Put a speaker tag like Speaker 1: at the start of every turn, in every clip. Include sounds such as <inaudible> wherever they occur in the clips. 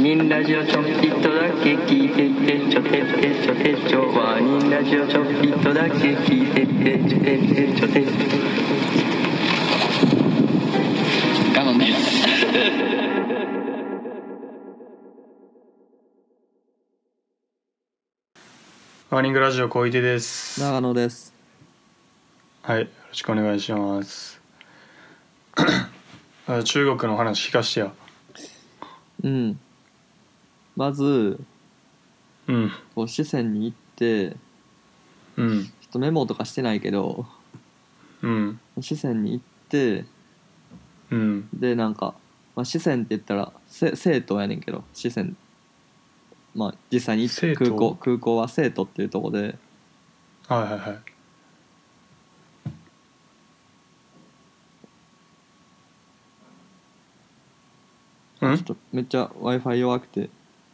Speaker 1: ニンラジオちょっぴっとだけ聞いてってちょてってちょてちょワニンラジオちょっぴっとだけ聞いてってちょてってちょてちょ
Speaker 2: 我慢です。
Speaker 3: ワーニングラジオ小出です。
Speaker 4: 長野です
Speaker 3: はい、よろしくお願いします。 <clears throat> あ中国の話聞かしてや。
Speaker 4: うんまず
Speaker 3: うん、
Speaker 4: こう四川に行ってち
Speaker 3: う
Speaker 4: ょ
Speaker 3: ん、
Speaker 4: っとメモとかしてないけど
Speaker 3: うん、
Speaker 4: 四川に行って
Speaker 3: うん、
Speaker 4: でなんか、まあ、四川って言ったらせ生徒やねんけど四川まあ実際に
Speaker 3: 成都
Speaker 4: 空港空港は生徒っていうとこで
Speaker 3: はいはいはい。う
Speaker 4: ちょっ
Speaker 3: ん、
Speaker 4: とめっちゃ w i f i 弱くて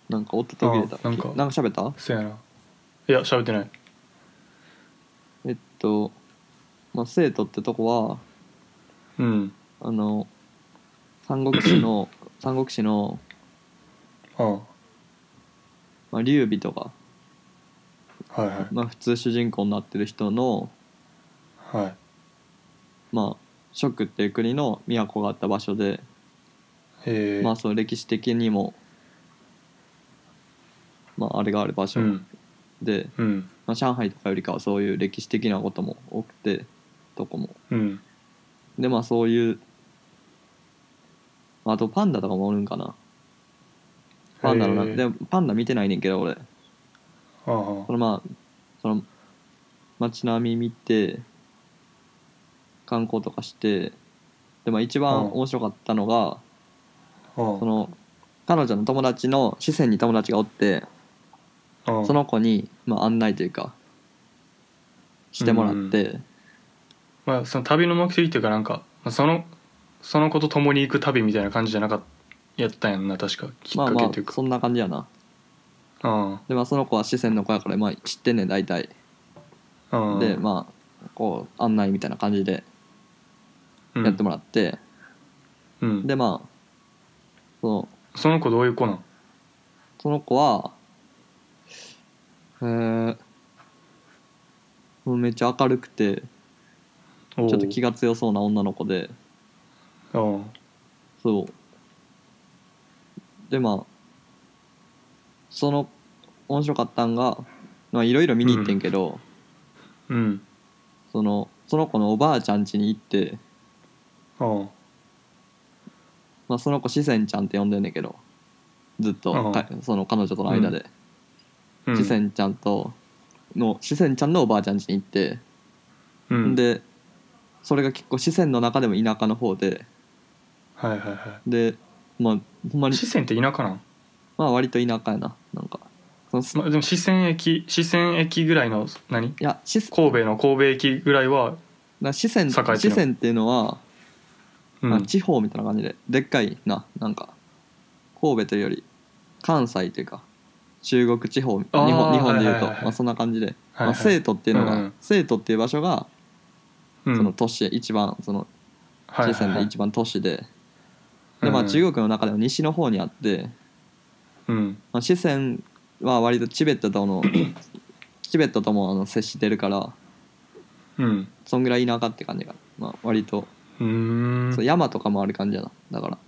Speaker 4: なんか音途切れた
Speaker 3: あなんか
Speaker 4: きなんか喋った
Speaker 3: せやな。いや、喋ってない。
Speaker 4: えっと、まあ、生徒ってとこは
Speaker 3: うん、
Speaker 4: あの三国志の三国志の、
Speaker 3: あはい
Speaker 4: まあ、劉備とか
Speaker 3: は
Speaker 4: まあ、普通主人公になってる人の、
Speaker 3: い。はい。
Speaker 4: まあ、蜀っていう国の都があった場所で、
Speaker 3: えー、
Speaker 4: まあ、その歴史的にも、まあ、あれがある場所
Speaker 3: うん、
Speaker 4: で、
Speaker 3: うん、
Speaker 4: まあ、上海とかよりかはそういう歴史的なことも多くてどこも
Speaker 3: うん。
Speaker 4: でまあそういう、まあ、あとパンダとかもおるんかなパンダのな
Speaker 3: えー
Speaker 4: でもパンダ見てないねんけど俺
Speaker 3: ああ
Speaker 4: そのまあその街並み見て観光とかしてでまあ一
Speaker 3: う
Speaker 4: 番
Speaker 3: ん
Speaker 4: 面白かったのが、
Speaker 3: ああ
Speaker 4: その彼女の友達の四川に友達がおって、
Speaker 3: ああ
Speaker 4: その子に、まあ、案内というかしてもらって、
Speaker 3: まあ、その旅の目的っていうかなんか、まあ、そのその子と共に行く旅みたいな感じじゃなかったやったんやんな確かきっ
Speaker 4: まあ
Speaker 3: か
Speaker 4: ま
Speaker 3: け
Speaker 4: あ
Speaker 3: っていうか、
Speaker 4: そんな感じやな
Speaker 3: あ
Speaker 4: でまあその子は四川の子やから、まあ、知ってんねん大体
Speaker 3: あ、ああ
Speaker 4: でまあこう案内みたいな感じで
Speaker 3: うん
Speaker 4: やってもらって、
Speaker 3: うん
Speaker 4: でまあその
Speaker 3: その子どういう子なん
Speaker 4: その子は、えー、もうめっちゃ明るくて、
Speaker 3: ちょ
Speaker 4: ちょっと気が強そうな女の子で、
Speaker 3: ああ
Speaker 4: そう。で、まあ、その、面白かったんが、まあ、いろいろ見に行ってんけど、
Speaker 3: うん
Speaker 4: その、その子のおばあちゃん家に行って、
Speaker 3: あ
Speaker 4: まあ、その子、四川ちゃんって呼んでんねんけど、ずっ
Speaker 3: うん
Speaker 4: と、かその彼女との間で、
Speaker 3: あ
Speaker 4: 四川ちゃんと、の、四川ちゃんのおばあちゃん家に行って、
Speaker 3: うんうん
Speaker 4: でそれが結構四川の中でも田舎の方で
Speaker 3: はいはいは
Speaker 4: でまあほんま
Speaker 3: い
Speaker 4: に
Speaker 3: 四川って田舎なん、
Speaker 4: まあ割と田舎やななんかそのすい
Speaker 3: まあ、でも四川駅四川駅ぐらいの何
Speaker 4: や四川
Speaker 3: 神戸の神戸駅ぐらいは、
Speaker 4: な四川
Speaker 3: 栄えてる
Speaker 4: 四川っていうのは、
Speaker 3: うん
Speaker 4: まあ、地方みたいな感じででっかいななんか神戸というより関西というか中国地方日
Speaker 3: あー
Speaker 4: 本日本でいう
Speaker 3: はい
Speaker 4: と、
Speaker 3: はいはいはい
Speaker 4: まあ、そんな感じで、
Speaker 3: はい
Speaker 4: まあ、生徒っていうのが、
Speaker 3: うんうん
Speaker 4: 生徒っていう場所が
Speaker 3: うん
Speaker 4: その都市、一番その
Speaker 3: はいは
Speaker 4: 四
Speaker 3: い
Speaker 4: 川
Speaker 3: は
Speaker 4: で
Speaker 3: い
Speaker 4: 一番都市で、でまあ
Speaker 3: うん
Speaker 4: 中国の中でも西の方にあって、
Speaker 3: うん
Speaker 4: まあ、四川は割とチベットと <coughs> のチベットともあの接してるから
Speaker 3: うん
Speaker 4: そんぐらい田舎って感じが、まあ、割と、
Speaker 3: うーん
Speaker 4: そう山とかもある感じやなだから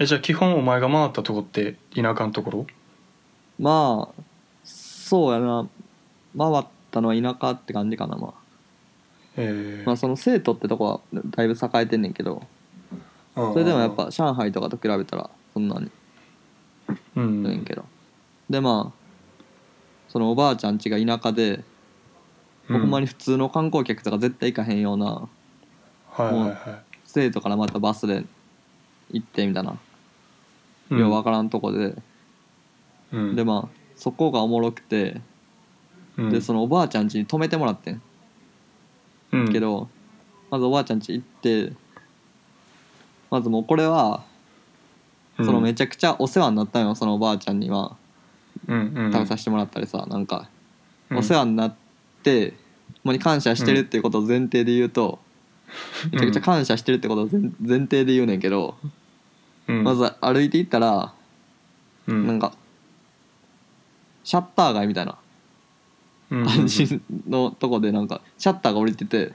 Speaker 3: えじゃあ基本お前が回ったとこって田舎のところ
Speaker 4: まあそうやな回ったのは田舎って感じかなまあ
Speaker 3: ええ
Speaker 4: まあその生徒ってとこはだいぶ栄えてんねんけど
Speaker 3: そ
Speaker 4: それでもやっぱ上海とかと比べたらそんなに
Speaker 3: う
Speaker 4: やねん
Speaker 3: ん
Speaker 4: けどでまあそのおばあちゃん家が田舎でほんまに普通の観光客とか絶対行かへんような
Speaker 3: はいはいは
Speaker 4: 生徒からまたバスで行ってみたいないよう分からんとこで、
Speaker 3: うん
Speaker 4: でまあそこがおもろくて、
Speaker 3: うん
Speaker 4: でそのおばあちゃん家に泊めてもらってん
Speaker 3: うん
Speaker 4: けど、まずおばあちゃん家行ってまずもうこれは、
Speaker 3: うん
Speaker 4: そのめちゃくちゃお世話になったんよそのおばあちゃんには
Speaker 3: うんうん
Speaker 4: 食べさせてもらったりさ、なんか
Speaker 3: うん
Speaker 4: お世話になってもに感謝してるっていうことを前提で言
Speaker 3: <laughs>
Speaker 4: うと、めちゃくちゃ感謝してるってことを前前提で言うねんけど、
Speaker 3: うん
Speaker 4: まず歩いていったら
Speaker 3: う
Speaker 4: なん
Speaker 3: ん
Speaker 4: かシャッター街みたいな
Speaker 3: うんうん
Speaker 4: 感じのとこでなんかシャッターが降りてて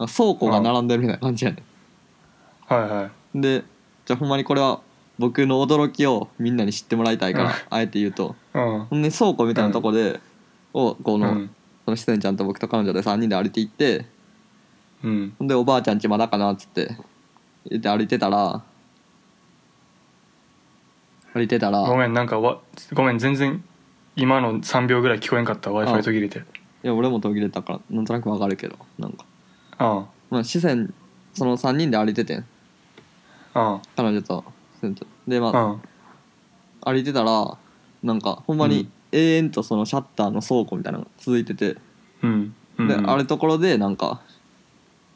Speaker 4: なんか倉庫が並んでるみたいな感じやね
Speaker 3: はいはい
Speaker 4: んでじゃあほんまにこれは僕の驚きをみんなに知ってもらいたいから
Speaker 3: うん
Speaker 4: あえて言うと
Speaker 3: うん
Speaker 4: ほんで倉庫みたいなとこでをこ
Speaker 3: う
Speaker 4: の
Speaker 3: ん
Speaker 4: そのしずんちゃんと僕と彼女で3人で歩いていって
Speaker 3: うん
Speaker 4: ほんでおばあちゃんちまだかなっつって言って歩いてたら歩いてたら
Speaker 3: ごめんなんかわごめん全然今の3秒ぐらい聞こえんかった w i f
Speaker 4: あ
Speaker 3: i 途切れて
Speaker 4: いや俺も途切れたからなんとなくわかるけどなんか
Speaker 3: うん
Speaker 4: まあ四川その3人で歩いててん
Speaker 3: うん
Speaker 4: 彼女と四川とでま
Speaker 3: う
Speaker 4: あ
Speaker 3: ん
Speaker 4: 歩いてたらなんかほんま
Speaker 3: う
Speaker 4: に
Speaker 3: ん
Speaker 4: 永遠とそのシャッターの倉庫みたいなのが続いてて
Speaker 3: うんうん
Speaker 4: であるところでなんか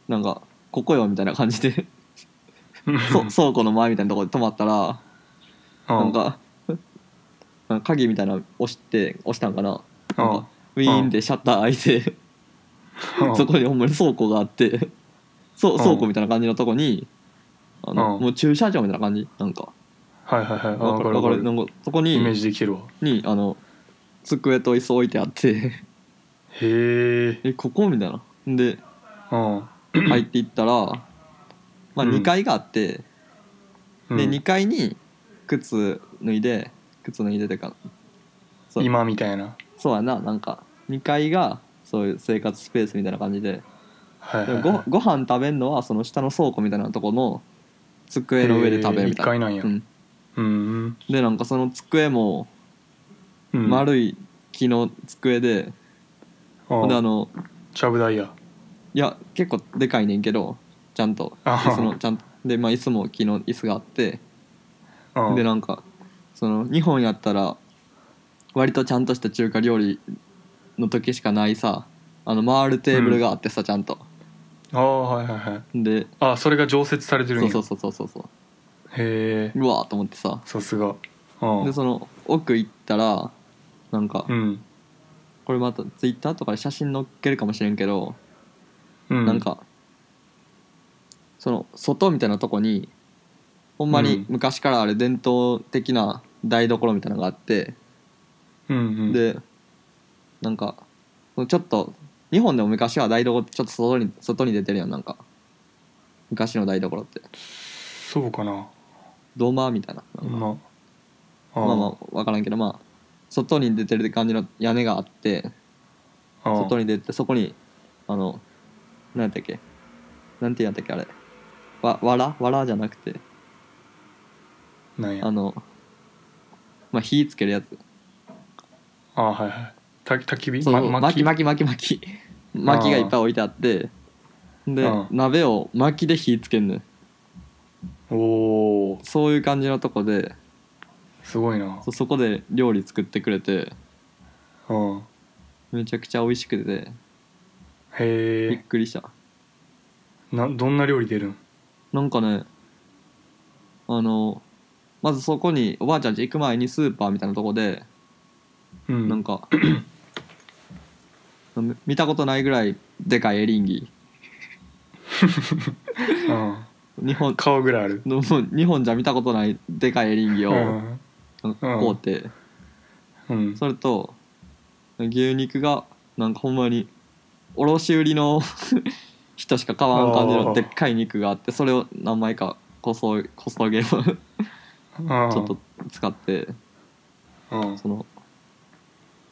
Speaker 4: なんかここよみたいな感じで
Speaker 3: うん
Speaker 4: そ倉庫の前みたいなところで止まったら
Speaker 3: うん
Speaker 4: なんか <laughs> なんか鍵みたいなの押して押したんかな
Speaker 3: う
Speaker 4: なん
Speaker 3: ん
Speaker 4: かウィーンでシャッター開いて
Speaker 3: うん
Speaker 4: そこにほんまに倉庫があってそう倉庫みたいな感じのとこにあの
Speaker 3: うん
Speaker 4: もう駐車場みたいな感じなんか
Speaker 3: はいはいはいあ
Speaker 4: わ
Speaker 3: わ
Speaker 4: か
Speaker 3: か
Speaker 4: る
Speaker 3: る
Speaker 4: わ
Speaker 3: わ
Speaker 4: か
Speaker 3: か
Speaker 4: るな
Speaker 3: る
Speaker 4: んかそこ
Speaker 3: イメー
Speaker 4: に
Speaker 3: ジできるわ
Speaker 4: にあの机と椅子置いてあって <laughs>
Speaker 3: へえ
Speaker 4: えここみたいな
Speaker 3: <clears throat>
Speaker 4: で
Speaker 3: うん
Speaker 4: 入っていったらまあ
Speaker 3: うん
Speaker 4: 2階があって
Speaker 3: う
Speaker 4: で
Speaker 3: ん
Speaker 4: 2階に靴脱いで靴脱いでてかそう
Speaker 3: 今みたいな
Speaker 4: そうやななんか2階がそういう生活スペースみたいな感じで
Speaker 3: はい
Speaker 4: で
Speaker 3: はい
Speaker 4: も
Speaker 3: はい
Speaker 4: ご
Speaker 3: <laughs>
Speaker 4: ご飯食べるのはその下の倉庫みたいなとこの机の上で食べるみたいな、
Speaker 3: へー一階なんや
Speaker 4: うん
Speaker 3: うん
Speaker 4: でなんかその机も
Speaker 3: うん
Speaker 4: 丸い木の机で、ほんであ
Speaker 3: の
Speaker 4: の
Speaker 3: ちゃぶ台や
Speaker 4: いや結構でかいねんけどちゃんと
Speaker 3: あはは
Speaker 4: そのちゃんとでまあ椅子も木の椅子があって
Speaker 3: うん
Speaker 4: でなんかその日本やったら割とちゃんとした中華料理の時しかないさあの回るテーブルがあってさ、ちゃんと
Speaker 3: ああはいはいはい
Speaker 4: で
Speaker 3: あそれが常設されてるん
Speaker 4: そう
Speaker 3: や
Speaker 4: そうそうそうそうそ
Speaker 3: へえ
Speaker 4: ううわーと思ってさ
Speaker 3: さすがうん
Speaker 4: でその奥行ったらなんか
Speaker 3: うん
Speaker 4: これまたツイッターとかで写真載っけるかもしれんけど、
Speaker 3: うん
Speaker 4: なんかその外みたいなとこにほんま
Speaker 3: う
Speaker 4: に
Speaker 3: ん
Speaker 4: 昔からあれ伝統的な台所みたいなのがあって、
Speaker 3: うんうん
Speaker 4: でなんかちょっと日本でも昔は台所ってちょっと外に外に出てるやんなんか昔の台所って
Speaker 3: そうかな
Speaker 4: 土間みたいななんか
Speaker 3: まあ
Speaker 4: まあまあ分からんけどまあ外に出てる感じの屋根があって
Speaker 3: ああ
Speaker 4: 外に出てそこにあの何やったっけなんてやったっけあれわわらわらじゃなくて
Speaker 3: なんや
Speaker 4: あのまあ火つけるやつ
Speaker 3: あはいはいた焚き火
Speaker 4: その
Speaker 3: ま
Speaker 4: 巻き
Speaker 3: 薪
Speaker 4: 巻き巻き巻き巻きがいっぱい置いてあってで
Speaker 3: うん
Speaker 4: 鍋を巻きで火つけんのよ
Speaker 3: おお
Speaker 4: そういう感じのとこです
Speaker 3: ごいな
Speaker 4: そそこで料理作ってくれて
Speaker 3: うんへ
Speaker 4: めちゃくちゃ美味しくてびっ
Speaker 3: え
Speaker 4: くりした
Speaker 3: などんな料理出るん
Speaker 4: なんかねあのまずそこにおばあちゃん家行く前にスーパーみたいなとこで
Speaker 3: うん
Speaker 4: なんかみ見たことないぐらいでかいエリンギ
Speaker 3: うん
Speaker 4: 日本
Speaker 3: 顔ぐらいある
Speaker 4: のもう日本じゃ見たことないでかいエリンギを
Speaker 3: う
Speaker 4: なん
Speaker 3: ん
Speaker 4: か買うて
Speaker 3: うん
Speaker 4: それと牛肉がなんかほんまに卸売りの <laughs> 人しか買わん感じ
Speaker 3: あ
Speaker 4: の
Speaker 3: ー
Speaker 4: でっかい肉があってそれを何枚かこそこそげをちょ
Speaker 3: うん
Speaker 4: っと使って
Speaker 3: うん
Speaker 4: その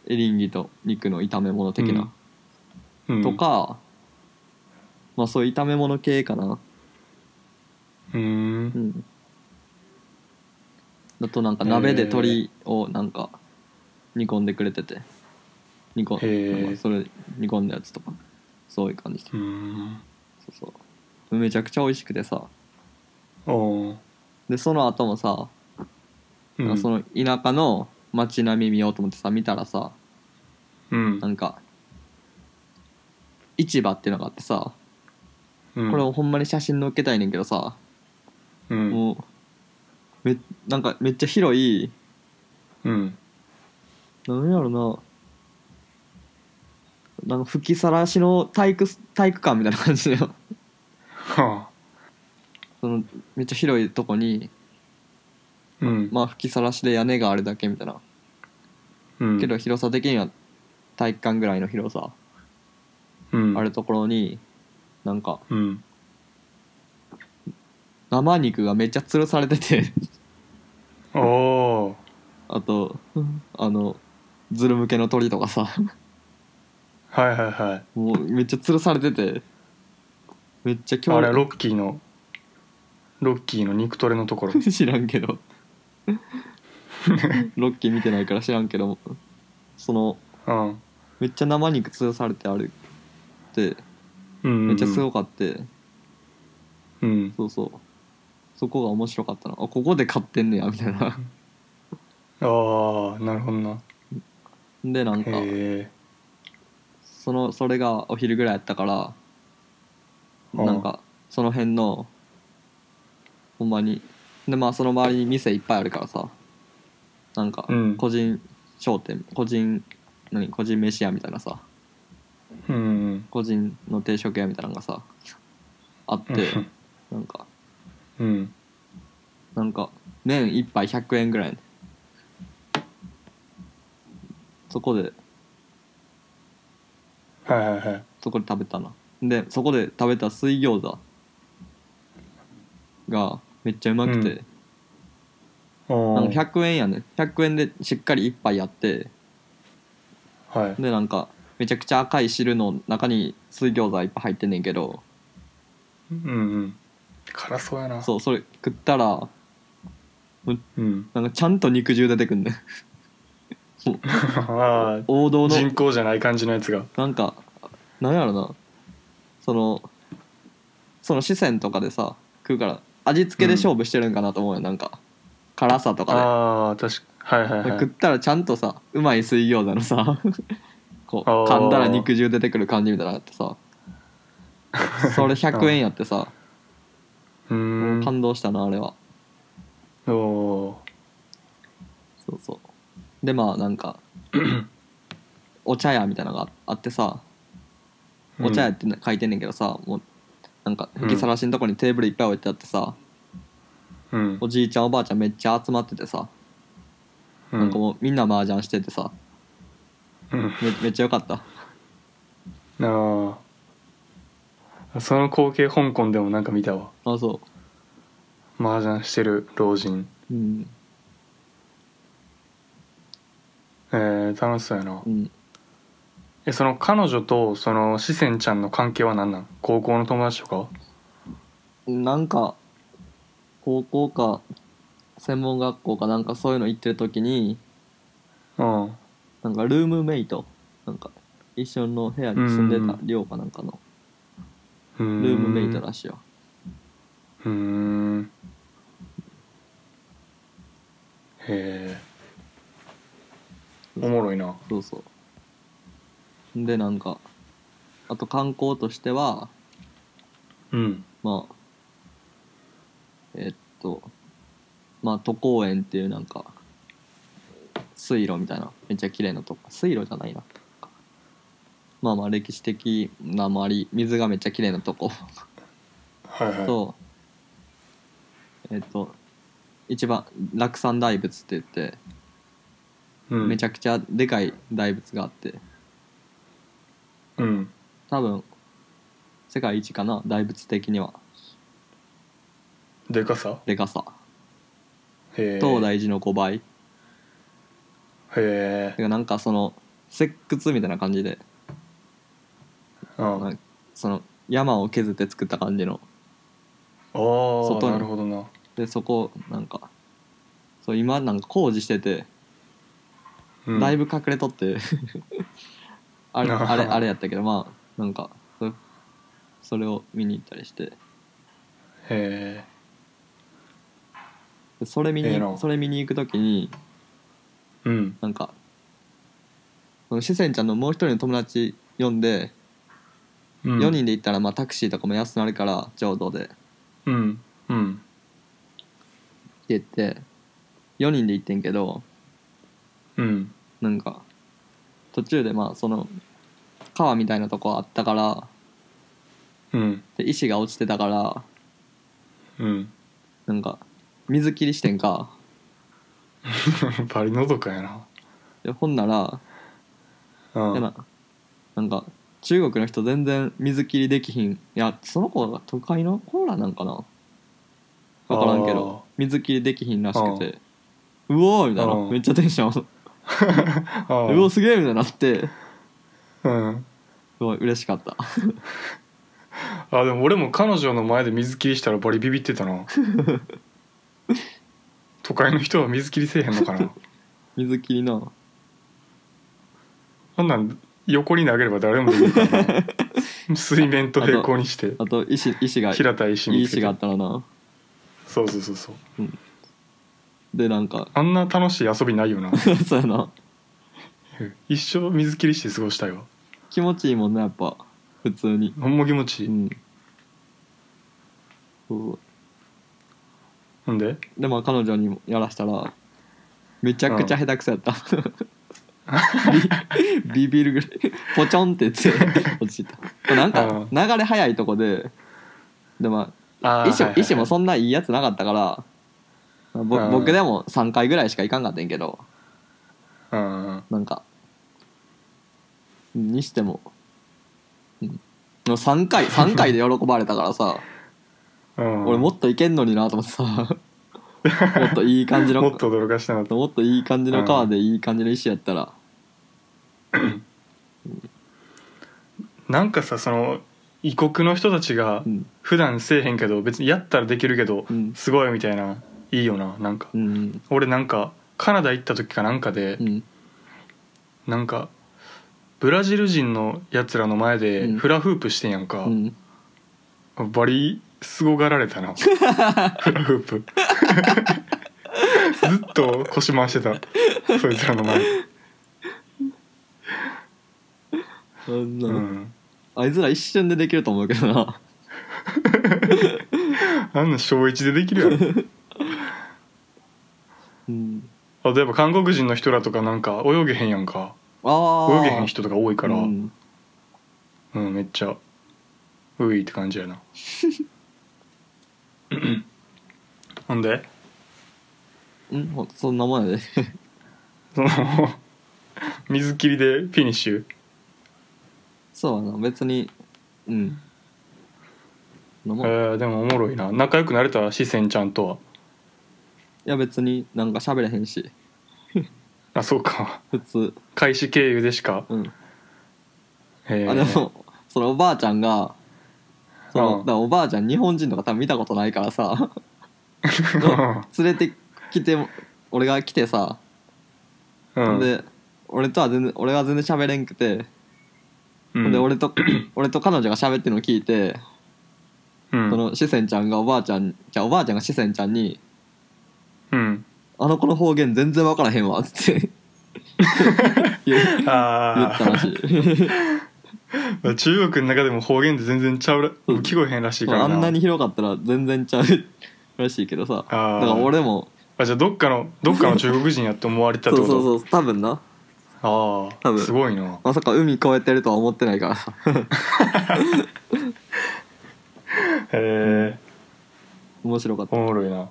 Speaker 4: エリンギと肉の炒め物的な
Speaker 3: うん
Speaker 4: とかまあそういう炒め物系かな
Speaker 3: うー
Speaker 4: うんん、だとなんか鍋で鶏をなんか煮込んでくれてて煮込ん、
Speaker 3: へえ
Speaker 4: まあそれ煮込んだやつとかそういう感じ
Speaker 3: うーん
Speaker 4: そうそうめちゃくちゃ美味しくてさ
Speaker 3: おー
Speaker 4: でその後もさ、
Speaker 3: う
Speaker 4: なん
Speaker 3: ん
Speaker 4: かその田舎の街並み見ようと思ってさ見たらさ
Speaker 3: うん
Speaker 4: なんか市場っていうのがあってさ
Speaker 3: うん
Speaker 4: これをほんまに写真載っけたいねんけど
Speaker 3: うん
Speaker 4: さ、もうめなんかめっちゃ広い
Speaker 3: うん
Speaker 4: なんやろななんか吹きさらしの体育体育館みたいな感じだよ <laughs>
Speaker 3: は
Speaker 4: そのめっちゃ広いとこに
Speaker 3: あうん、
Speaker 4: まあ吹きさらしで屋根があるだけみたいな、
Speaker 3: うん、
Speaker 4: けど広さ的には体育館ぐらいの広さ
Speaker 3: うん、
Speaker 4: あるところになんか
Speaker 3: うん
Speaker 4: 生肉がめっちゃ吊るされてて <laughs>
Speaker 3: おお
Speaker 4: あとあのズル向けの鳥とかさ
Speaker 3: ーはいはいはい
Speaker 4: もうめっちゃ吊るされててめっちゃ興
Speaker 3: あれ
Speaker 4: 味
Speaker 3: ロッキーのロッキーの肉トレのところ
Speaker 4: <laughs> 知らんけどロッキー見てないから知らんけどその
Speaker 3: うん
Speaker 4: めっちゃ生肉吊るされてあるって
Speaker 3: うん
Speaker 4: めっちゃす
Speaker 3: い
Speaker 4: ごかって、
Speaker 3: うん
Speaker 4: そうそうそこが面白かったなあここで買ってんねやみたいな
Speaker 3: ああなるほどな
Speaker 4: でなんか
Speaker 3: へえ
Speaker 4: そのそれがお昼ぐらいやったから
Speaker 3: うん
Speaker 4: なんかその辺のほんまにでまあその周りに店いっぱいあるからさなんか
Speaker 3: うん
Speaker 4: 個人商店個人何個人飯屋みたいなさ
Speaker 3: うん
Speaker 4: 個人の定食屋みたいなのがさあってなんか
Speaker 3: <laughs> うん
Speaker 4: なんか麺一杯100円ぐらいそこで
Speaker 3: はいはいはい
Speaker 4: そこで食べたなでそこで食べた水餃子がめっちゃうまくて、
Speaker 3: お
Speaker 4: あ
Speaker 3: お
Speaker 4: の100円やね100円でしっかり一杯やって
Speaker 3: はい
Speaker 4: でなんかめちゃくちゃ赤い汁の中に水餃子がいっぱい入ってんねんけど
Speaker 3: うんうん辛そうやな
Speaker 4: そうそれ食ったら
Speaker 3: うん <laughs>
Speaker 4: なんかちゃんと肉汁出てくんねん
Speaker 3: あ
Speaker 4: 王道
Speaker 3: あ
Speaker 4: の
Speaker 3: 人工じゃない感じのやつが
Speaker 4: なんかなんやろなそのその四川とかでさ食うから味付けで勝負してるんかなと思うよ、なんか辛さとかで
Speaker 3: ああ確かはいはいは
Speaker 4: 食っ
Speaker 3: い
Speaker 4: たらちゃんとさうまい水餃子のさ <laughs> こう
Speaker 3: あー
Speaker 4: 噛んだら肉汁出てくる感じみたいなのがあってさそれ100円やっ
Speaker 3: <laughs>
Speaker 4: てさ
Speaker 3: うーん
Speaker 4: 感動したなあれは
Speaker 3: おお
Speaker 4: そうそうでまあなん
Speaker 3: <clears throat>
Speaker 4: かお茶屋みたいなのがあってさ
Speaker 3: ー
Speaker 4: お茶屋ってな書いてんねんけどさもうなんか吹きさらしのとこにテーブルいっぱい置いてあってさ
Speaker 3: うん
Speaker 4: おじいちゃんおばあちゃんめっちゃ集まっててさ
Speaker 3: う
Speaker 4: なんかもうみんな麻雀しててさ
Speaker 3: うん
Speaker 4: めめっちゃよかった
Speaker 3: ああその光景香港でもなんか見たわ
Speaker 4: あそ
Speaker 3: 麻雀してる老人
Speaker 4: ううん
Speaker 3: えー、楽しそうやな
Speaker 4: うん
Speaker 3: えその彼女とその四川ちゃんの関係は何なん高校の友達とか
Speaker 4: なんか高校か専門学校かなんかそういうの行ってる時に
Speaker 3: うん
Speaker 4: なんかルームメイトなんか一緒の部屋に住んでた寮かなんかの
Speaker 3: ル
Speaker 4: ルームメイトらしいよ
Speaker 3: うーんへえおもろいな
Speaker 4: そうそうでなんかあと観光としては
Speaker 3: うん
Speaker 4: まあえっとまあ都公園っていうなんか水路みたいなめっちゃ綺麗なとこ水路じゃないなまあまあ歴史的なまり水がめっちゃ綺麗なとこ
Speaker 3: はいはい
Speaker 4: とえっと一番落山大仏って言って
Speaker 3: うん、
Speaker 4: めちゃくちゃでかい大仏があって
Speaker 3: うん
Speaker 4: 多分世界一かな大仏的には
Speaker 3: でかさ
Speaker 4: でかさ
Speaker 3: へえ
Speaker 4: 東大寺の5倍
Speaker 3: へ
Speaker 4: て
Speaker 3: え
Speaker 4: かなんかその石窟みたいな感じで
Speaker 3: うん
Speaker 4: な
Speaker 3: あ
Speaker 4: んかその山を削って作った感じの
Speaker 3: あ
Speaker 4: 外に
Speaker 3: なるほどな
Speaker 4: でそこなんかそう今なんか工事してて
Speaker 3: うん
Speaker 4: だいぶ隠れとってあれあれあれやったけどまあなんかそそれを見に行ったりして
Speaker 3: へ
Speaker 4: でそれ見に、
Speaker 3: ええな
Speaker 4: それ見に行く時に
Speaker 3: えうん
Speaker 4: なんかその四川ちゃんのもう一人の友達呼んで、
Speaker 3: うん
Speaker 4: 4人で行ったらまあタクシーとかも安くなるからちょうどでって
Speaker 3: うんうん
Speaker 4: 言って4人で行ってんけど
Speaker 3: うん
Speaker 4: なんか途中でまあその川みたいなとこあったから
Speaker 3: うん
Speaker 4: で石が落ちてたから
Speaker 3: うん <laughs>
Speaker 4: なんか水切りしてんか
Speaker 3: バリのどかやな
Speaker 4: でほんなら
Speaker 3: うん <laughs>
Speaker 4: でななんか中国の人全然水切りできひんいやその子が都会のコーラなんかな分からんけど水切りできひんらしくてうおーみたいな
Speaker 3: うん
Speaker 4: めっちゃテンション上がっ
Speaker 3: あ
Speaker 4: てうお
Speaker 3: ー
Speaker 4: ーすげえみたいになって
Speaker 3: うん
Speaker 4: すごい嬉しかった
Speaker 3: あでも俺も彼女の前で水切りしたらバリビビってたな <laughs> 都会の人は水切りせえへんのかな
Speaker 4: 水切りの
Speaker 3: あんなん横に投げれば誰もできるからな
Speaker 4: <laughs>
Speaker 3: 水面と平行にして
Speaker 4: あと石石がい
Speaker 3: 平たい石
Speaker 4: い
Speaker 3: につけ
Speaker 4: 石
Speaker 3: て
Speaker 4: があったらな
Speaker 3: そうそうそうそう
Speaker 4: でなんか
Speaker 3: あんな楽しい遊びない
Speaker 4: <laughs>
Speaker 3: よな
Speaker 4: そうやな
Speaker 3: 一生水切りして過ごしたいわ
Speaker 4: 気持ちいいもんなやっぱ普通に
Speaker 3: ほんま気持ちいい、
Speaker 4: うんそう
Speaker 3: ほんで
Speaker 4: でまあ彼女にもやらしたらめちゃくちゃ下手くそやった、 <laughs> ビビ <laughs> ビるぐらいポチョンっ
Speaker 3: <laughs>
Speaker 4: て言って落ちてたなんか
Speaker 3: う
Speaker 4: 流れ早いとこででま
Speaker 3: あ
Speaker 4: あ
Speaker 3: ー
Speaker 4: 石
Speaker 3: はいはいはい
Speaker 4: 石もそんないいやつなかったからまあぼ
Speaker 3: うん
Speaker 4: 僕でも3回ぐらいしか行かんかったんやけど
Speaker 3: うん
Speaker 4: なんかにしても、うん、3回3回で喜ばれたからさ
Speaker 3: うん
Speaker 4: 俺もっといけんのになと思
Speaker 3: <laughs>
Speaker 4: ってさもっといい感じの
Speaker 3: もっと驚かしたなと
Speaker 4: もっといい感じのカーでいい感じの石やったら
Speaker 3: なんかさその異国の人たちが
Speaker 4: うん
Speaker 3: 普段せえへんけど別にやったらできるけど
Speaker 4: うん
Speaker 3: すごいみたいないいよななんか
Speaker 4: うん
Speaker 3: 俺なんかカナダ行った時かなんかで
Speaker 4: うん
Speaker 3: なんかブラジル人のやつらの前で
Speaker 4: うん
Speaker 3: フラフープしてんやんか、
Speaker 4: うん
Speaker 3: バリすごがられたなフラフープ <laughs> ずっと腰回してたそいつらの前で
Speaker 4: あんな
Speaker 3: うん
Speaker 4: あいつら一瞬でできると思うけどな
Speaker 3: あんな小一でできるやろ
Speaker 4: うん
Speaker 3: あとやっぱ韓国人の人らとかなんか泳げへんやんか
Speaker 4: ああ
Speaker 3: 泳げへん人とか多いから
Speaker 4: う
Speaker 3: うん、
Speaker 4: ん
Speaker 3: めっちゃういって感じやなほんで
Speaker 4: うんほんそんなもんやで <laughs>
Speaker 3: その水切りでフィニッシュ
Speaker 4: そうやな別にうんそんなもんい
Speaker 3: えー、でもおもろいな仲良くなれたしせんちゃんとは
Speaker 4: や別になんか喋れへんし
Speaker 3: あそうか
Speaker 4: 普通
Speaker 3: 開始経由でしか
Speaker 4: うん
Speaker 3: えー、
Speaker 4: あで
Speaker 3: <laughs>
Speaker 4: もそのおばあちゃんがその
Speaker 3: うん
Speaker 4: だからおばあちゃん日本人とか多分見たことないからさ連れてきて俺が来てさ
Speaker 3: うん、
Speaker 4: で俺とは全然俺は全然喋れんくて、
Speaker 3: うん
Speaker 4: で俺
Speaker 3: <clears throat>
Speaker 4: と俺と彼女が喋ってるのを聞いて、
Speaker 3: うん
Speaker 4: そのシセンちゃんがおばあちゃんじゃあおばあちゃんがシセンちゃんに
Speaker 3: うん
Speaker 4: 「あの子の方言全然わからへんわ」っつ
Speaker 3: <laughs>
Speaker 4: って言う言っ
Speaker 3: あ
Speaker 4: たらしい
Speaker 3: あ <laughs> 中国の中でも方言って全然ちゃうら聞こえへんらしいから
Speaker 4: あ
Speaker 3: なん
Speaker 4: なに広かったら全然ちゃうらしいけどさだ
Speaker 3: あ
Speaker 4: か
Speaker 3: ー
Speaker 4: ら俺も
Speaker 3: あじゃあどっかのどっかの中国人やって思われてた
Speaker 4: そ
Speaker 3: っ
Speaker 4: う
Speaker 3: て
Speaker 4: <laughs> そ
Speaker 3: こと
Speaker 4: うそう多分な
Speaker 3: あ
Speaker 4: 多
Speaker 3: あ
Speaker 4: 分
Speaker 3: すごいな
Speaker 4: まさか海越えてるとは思ってないからさ <laughs>
Speaker 3: へえ
Speaker 4: 面白かった
Speaker 3: おもろいな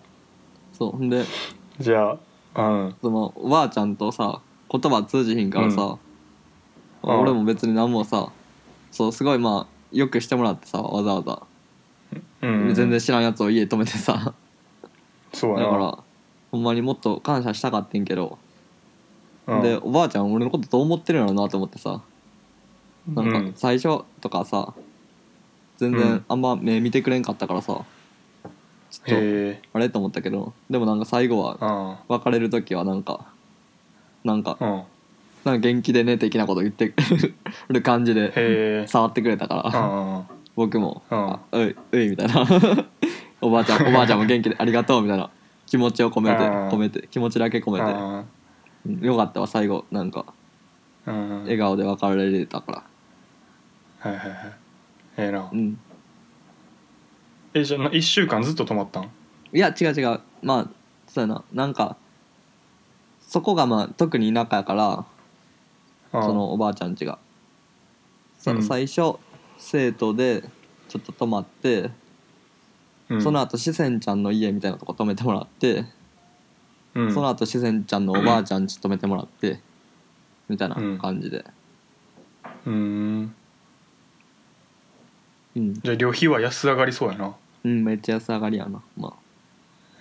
Speaker 4: そうほんで
Speaker 3: じゃあうん
Speaker 4: そのおばあちゃんとさ言葉通じひんからさ、
Speaker 3: うん
Speaker 4: 俺も別に何もさそうすごいまあよくしてもらってさわざわざ、
Speaker 3: うん
Speaker 4: 全然知らんやつを家に泊めてさ
Speaker 3: そう
Speaker 4: だ
Speaker 3: やな
Speaker 4: からほんまにもっと感謝したかってんけど、
Speaker 3: うん
Speaker 4: でおばあちゃん俺のことどう思ってるんやろなと思ってさな
Speaker 3: うんん
Speaker 4: か最初とかさ全
Speaker 3: う
Speaker 4: 然
Speaker 3: ん
Speaker 4: あんま目見てくれんかったからさちょっと
Speaker 3: へえ
Speaker 4: あれと思ったけどでもなんか最後は
Speaker 3: あ
Speaker 4: 別れる時はなんかなんか
Speaker 3: あうん
Speaker 4: なんか元気でね的なこと言って <laughs> くる感じで
Speaker 3: へえ
Speaker 4: 触ってくれたから
Speaker 3: ああ
Speaker 4: 僕も「
Speaker 3: うん
Speaker 4: あういうい」みたいな <laughs> おばあちゃんおばあちゃんも元気でありがとうみたいな気持ちを込めて
Speaker 3: うん
Speaker 4: 込めて気持ちだけ込め
Speaker 3: あ
Speaker 4: てうんよかったわ最後なんか
Speaker 3: あうん
Speaker 4: 笑顔で別れれたか
Speaker 3: は
Speaker 4: ら
Speaker 3: いはいはいええな
Speaker 4: うん
Speaker 3: えじゃあ1週間ずっと泊まったん
Speaker 4: いや違う違うまあそうやななんかそこがまあ特に田舎やから
Speaker 3: ああ
Speaker 4: そのおばあちゃんちがそ
Speaker 3: うん
Speaker 4: 最初生徒でちょっと泊まって
Speaker 3: うん
Speaker 4: その後四川ちゃんの家みたいなとこ泊めてもらって
Speaker 3: うん
Speaker 4: その後自然ちゃんのおばあちゃんち泊めてもらってみたいな感じで、
Speaker 3: うん
Speaker 4: うん
Speaker 3: じゃあ旅費は安上がりそうやな
Speaker 4: うん、めっちゃ安上がりやなま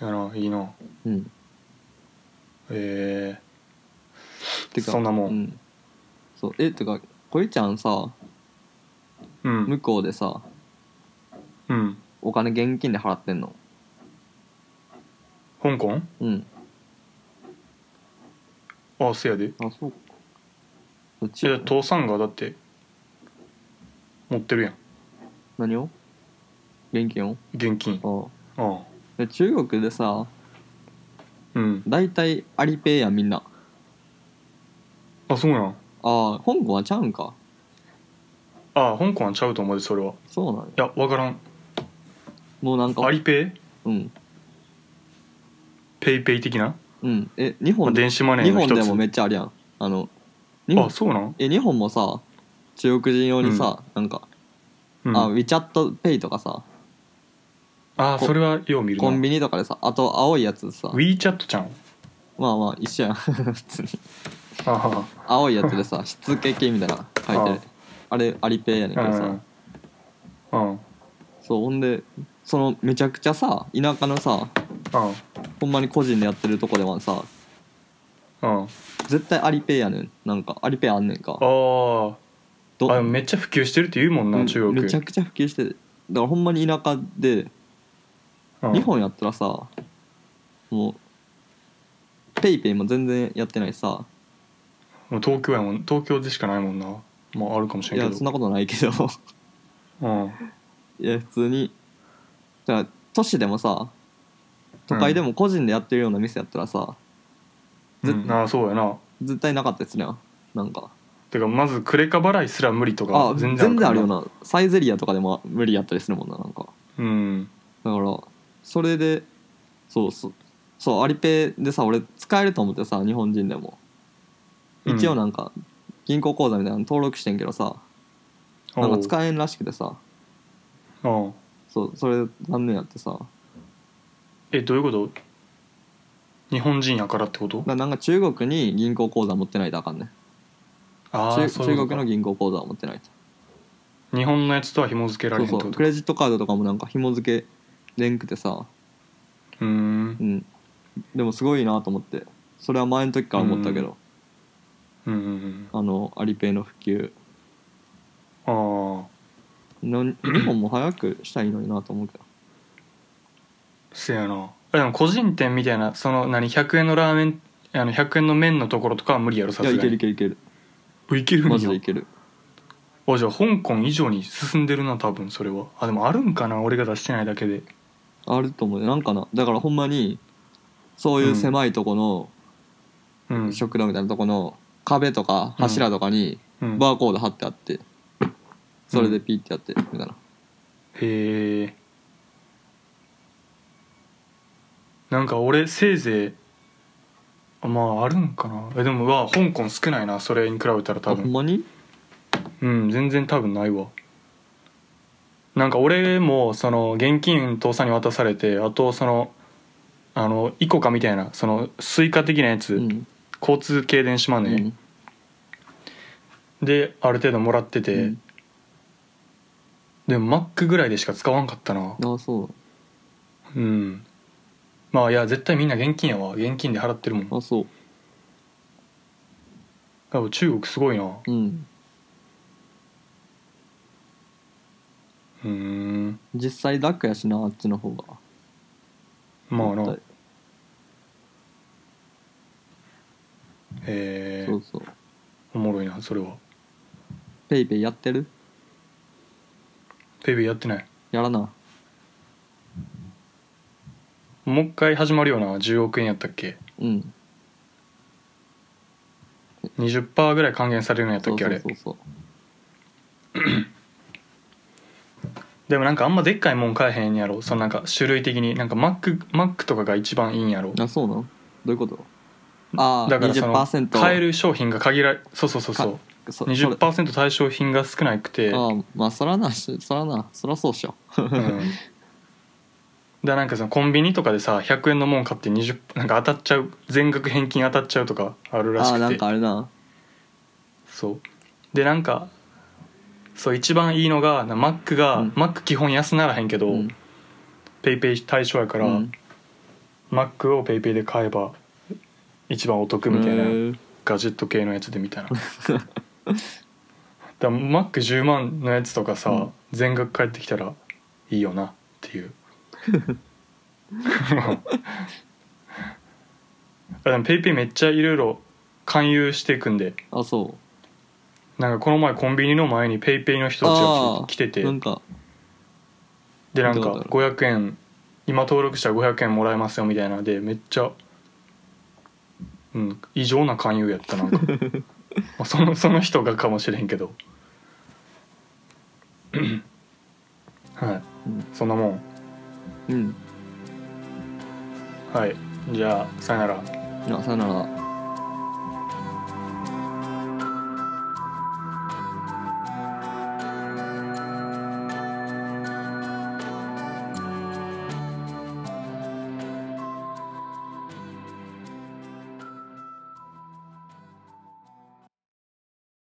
Speaker 4: あ
Speaker 3: やないいな
Speaker 4: うん
Speaker 3: え
Speaker 4: てか
Speaker 3: そんなもん
Speaker 4: うん、そうえてかこゆちゃんさ
Speaker 3: えー、うん
Speaker 4: 向こうでさ
Speaker 3: うん
Speaker 4: お金現金で払ってんの
Speaker 3: 香港
Speaker 4: うん
Speaker 3: あせやで
Speaker 4: あそうかそっち
Speaker 3: じゃあ父さんがだって持ってるやん
Speaker 4: 何を現金
Speaker 3: 現金
Speaker 4: を
Speaker 3: ああ
Speaker 4: あで中国でさ
Speaker 3: うん
Speaker 4: 大体アリペイやんみんな
Speaker 3: あそうなん
Speaker 4: ああ香港はちゃうんか
Speaker 3: ああ香港はちゃうと思うでそれは
Speaker 4: そうなんや
Speaker 3: いやわからん
Speaker 4: もうなんか
Speaker 3: アリペイ
Speaker 4: うん
Speaker 3: ペイペイ的な、
Speaker 4: うんえ日
Speaker 3: まあ、
Speaker 4: 本で
Speaker 3: 電子マネ
Speaker 4: 日
Speaker 3: ーの
Speaker 4: 本
Speaker 3: 一
Speaker 4: でもめ
Speaker 3: つ
Speaker 4: っちゃあるやんあの日本
Speaker 3: あそうなん、
Speaker 4: え日本もさ中国人用にさ、なんか、
Speaker 3: うん、
Speaker 4: あ
Speaker 3: あ
Speaker 4: WeChatPay とかさ
Speaker 3: あそれはよう見る
Speaker 4: コン
Speaker 3: な
Speaker 4: ビニとかでさあと青いやつさ
Speaker 3: WeChat ちゃん
Speaker 4: まあまあ一緒やん <laughs> 普通に
Speaker 3: あは
Speaker 4: 青いやつ
Speaker 3: <laughs>
Speaker 4: でさ質系系みたいな書いてるあれアリペイやねんけどさ、
Speaker 3: はうんうん
Speaker 4: そうほんでそのめちゃくちゃさ田舎のさほんまに個人でやってるとこではさ
Speaker 3: うんうん
Speaker 4: 絶対アリペイやねんなんかアリペイあんねんか
Speaker 3: あ
Speaker 4: ど
Speaker 3: ああめっちゃ普及してるって言うもんな、
Speaker 4: うん
Speaker 3: 中国
Speaker 4: めちゃくちゃ普及してるだからほんまに田舎で
Speaker 3: うん
Speaker 4: 日本やったらさもうペイペイも全然やってないしさ
Speaker 3: もう東京やもん東京でしかないもんなまああるかもし
Speaker 4: い
Speaker 3: れん
Speaker 4: や
Speaker 3: け
Speaker 4: そん
Speaker 3: ど
Speaker 4: なことないけど <laughs>
Speaker 3: うん
Speaker 4: いや普通にだから都市でもさ都会でも個人でやってるような店やったらさ、
Speaker 3: う
Speaker 4: ぜ
Speaker 3: ん、ああそうやな
Speaker 4: 絶対なかったですねなんか
Speaker 3: てかまずクレカ払いすら無理と
Speaker 4: あ
Speaker 3: か
Speaker 4: 全
Speaker 3: 全然
Speaker 4: 然あ
Speaker 3: から
Speaker 4: るよなサイゼリアとかでも無理やったりするもんななんか
Speaker 3: うん
Speaker 4: だからそれでそうそそうアリペイでさ俺使えると思ってさ日本人でも一応
Speaker 3: な
Speaker 4: なんか銀行口座みたいなの登録してんけどさ、なんか使えんらしくてさ
Speaker 3: うん
Speaker 4: そうそれ残念やってさ
Speaker 3: えどういうこと日本人やからってこと
Speaker 4: ななんか中国に銀行口座持ってないとあかんね
Speaker 3: ああ
Speaker 4: 中
Speaker 3: そういうこと
Speaker 4: 中国の
Speaker 3: か
Speaker 4: 銀行口座を持ってないと
Speaker 3: 日本のやつとは紐付けら
Speaker 4: そ
Speaker 3: れ
Speaker 4: う
Speaker 3: へんって
Speaker 4: そ
Speaker 3: こ
Speaker 4: う
Speaker 3: と
Speaker 4: クレジットカードとかもなんか紐付けれんくてさ
Speaker 3: うー
Speaker 4: うんんでもすごいなと思ってそれは前の時から思ったけど、
Speaker 3: うんうん
Speaker 4: あのアリペイの普及
Speaker 3: うんああ
Speaker 4: の日本も早くしたらいいのになと思うけど
Speaker 3: せやなあでも個人店みたいなその何100円のラーメンあの100円の麺のところとかは無理やろさ
Speaker 4: いや
Speaker 3: す
Speaker 4: い
Speaker 3: が
Speaker 4: けるい
Speaker 3: に
Speaker 4: けるいける
Speaker 3: あいけるんや
Speaker 4: マジでいける
Speaker 3: あじゃあ香港以上に進んでるな多分それはあでもあるんかな俺が出してないだけで
Speaker 4: あると思うよなんかなだからほんまにそういう狭いとこの
Speaker 3: うん、
Speaker 4: 食堂みたいなとこの壁とか柱とかに
Speaker 3: うん、
Speaker 4: バーコード貼ってあってそれでピッてやってみたいな
Speaker 3: へえなんか俺せいぜいあまああるんかなえでもわあ香港少ないなそれに比べたら
Speaker 4: あ
Speaker 3: 多
Speaker 4: ほん
Speaker 3: 分
Speaker 4: まに
Speaker 3: うん全然多分ないわなんか俺もその現金父さんに渡されてあとそのあのイコカみたいなそのスイカ的なやつ、
Speaker 4: うん
Speaker 3: 交通系電子マ
Speaker 4: う
Speaker 3: ネー、
Speaker 4: ん
Speaker 3: である程度もらってて、
Speaker 4: うん
Speaker 3: でもマックぐらいでしか使わんかったな
Speaker 4: あそう
Speaker 3: うんまあいや絶対みんな現金やわ現金で払ってるもん
Speaker 4: あそ
Speaker 3: 多分中国すごいなう
Speaker 4: ううん
Speaker 3: ーん
Speaker 4: 実際楽やしなあっちの方が
Speaker 3: まあな
Speaker 4: 絶
Speaker 3: へえ
Speaker 4: 対そうそう
Speaker 3: おもろいなそれは
Speaker 4: ペイペイやってる
Speaker 3: ペイペイやってない
Speaker 4: やらな
Speaker 3: もう一回始まるよな10億円やったっけ
Speaker 4: うん
Speaker 3: 20%ぐらい還元されるんやった
Speaker 4: そ
Speaker 3: っ
Speaker 4: う
Speaker 3: け
Speaker 4: そ
Speaker 3: あ
Speaker 4: う
Speaker 3: れ
Speaker 4: そうそう
Speaker 3: でもなんかあんまでっかいもん買えへんやろそのなんか種類的になんかマックマックとかが一番いいんやろ
Speaker 4: あそうなのどういうことああ
Speaker 3: だからその
Speaker 4: 20%
Speaker 3: 買える商品が限られそうそうそうそう
Speaker 4: そそれ
Speaker 3: 20%対象品が少なくて、
Speaker 4: ああまあそらなしそらなそらそうっしょ
Speaker 3: うんだからなんかそのコンビニとかでさ100円のもん買って20なんか当たっちゃう全額返金当たっちゃうとかあるらし
Speaker 4: あ
Speaker 3: く
Speaker 4: あ
Speaker 3: て
Speaker 4: なんかあるな
Speaker 3: そうでなんかそう一番いいのがなマックが、
Speaker 4: うん
Speaker 3: マック基本安ならへんけど、
Speaker 4: うん
Speaker 3: ペイペイ対象やから、
Speaker 4: うん
Speaker 3: マックをペイペイで買えば一番お得みたいな、
Speaker 4: へー
Speaker 3: ガジェット系のやつでみ
Speaker 4: <laughs>
Speaker 3: たいなだからマック10万のやつとかさ、
Speaker 4: うん
Speaker 3: 全額返ってきたらいいよなっていうあでもペイペイめっちゃいろいろ勧誘していくんで
Speaker 4: あそう
Speaker 3: なんかこの前コンビニの前にペイペイの人たち
Speaker 4: あ
Speaker 3: が
Speaker 4: あ
Speaker 3: 来てて
Speaker 4: なんか
Speaker 3: でなんか
Speaker 4: どうだ
Speaker 3: 500円今登録したら500円もらえますよみたいなのでめっちゃうん異常な勧誘やった
Speaker 4: <laughs>
Speaker 3: なんかまあそのその人がかもしれんけど <clears throat> はい
Speaker 4: うん
Speaker 3: そんなもん
Speaker 4: うん
Speaker 3: はいじゃあさよなら
Speaker 4: いやさよなら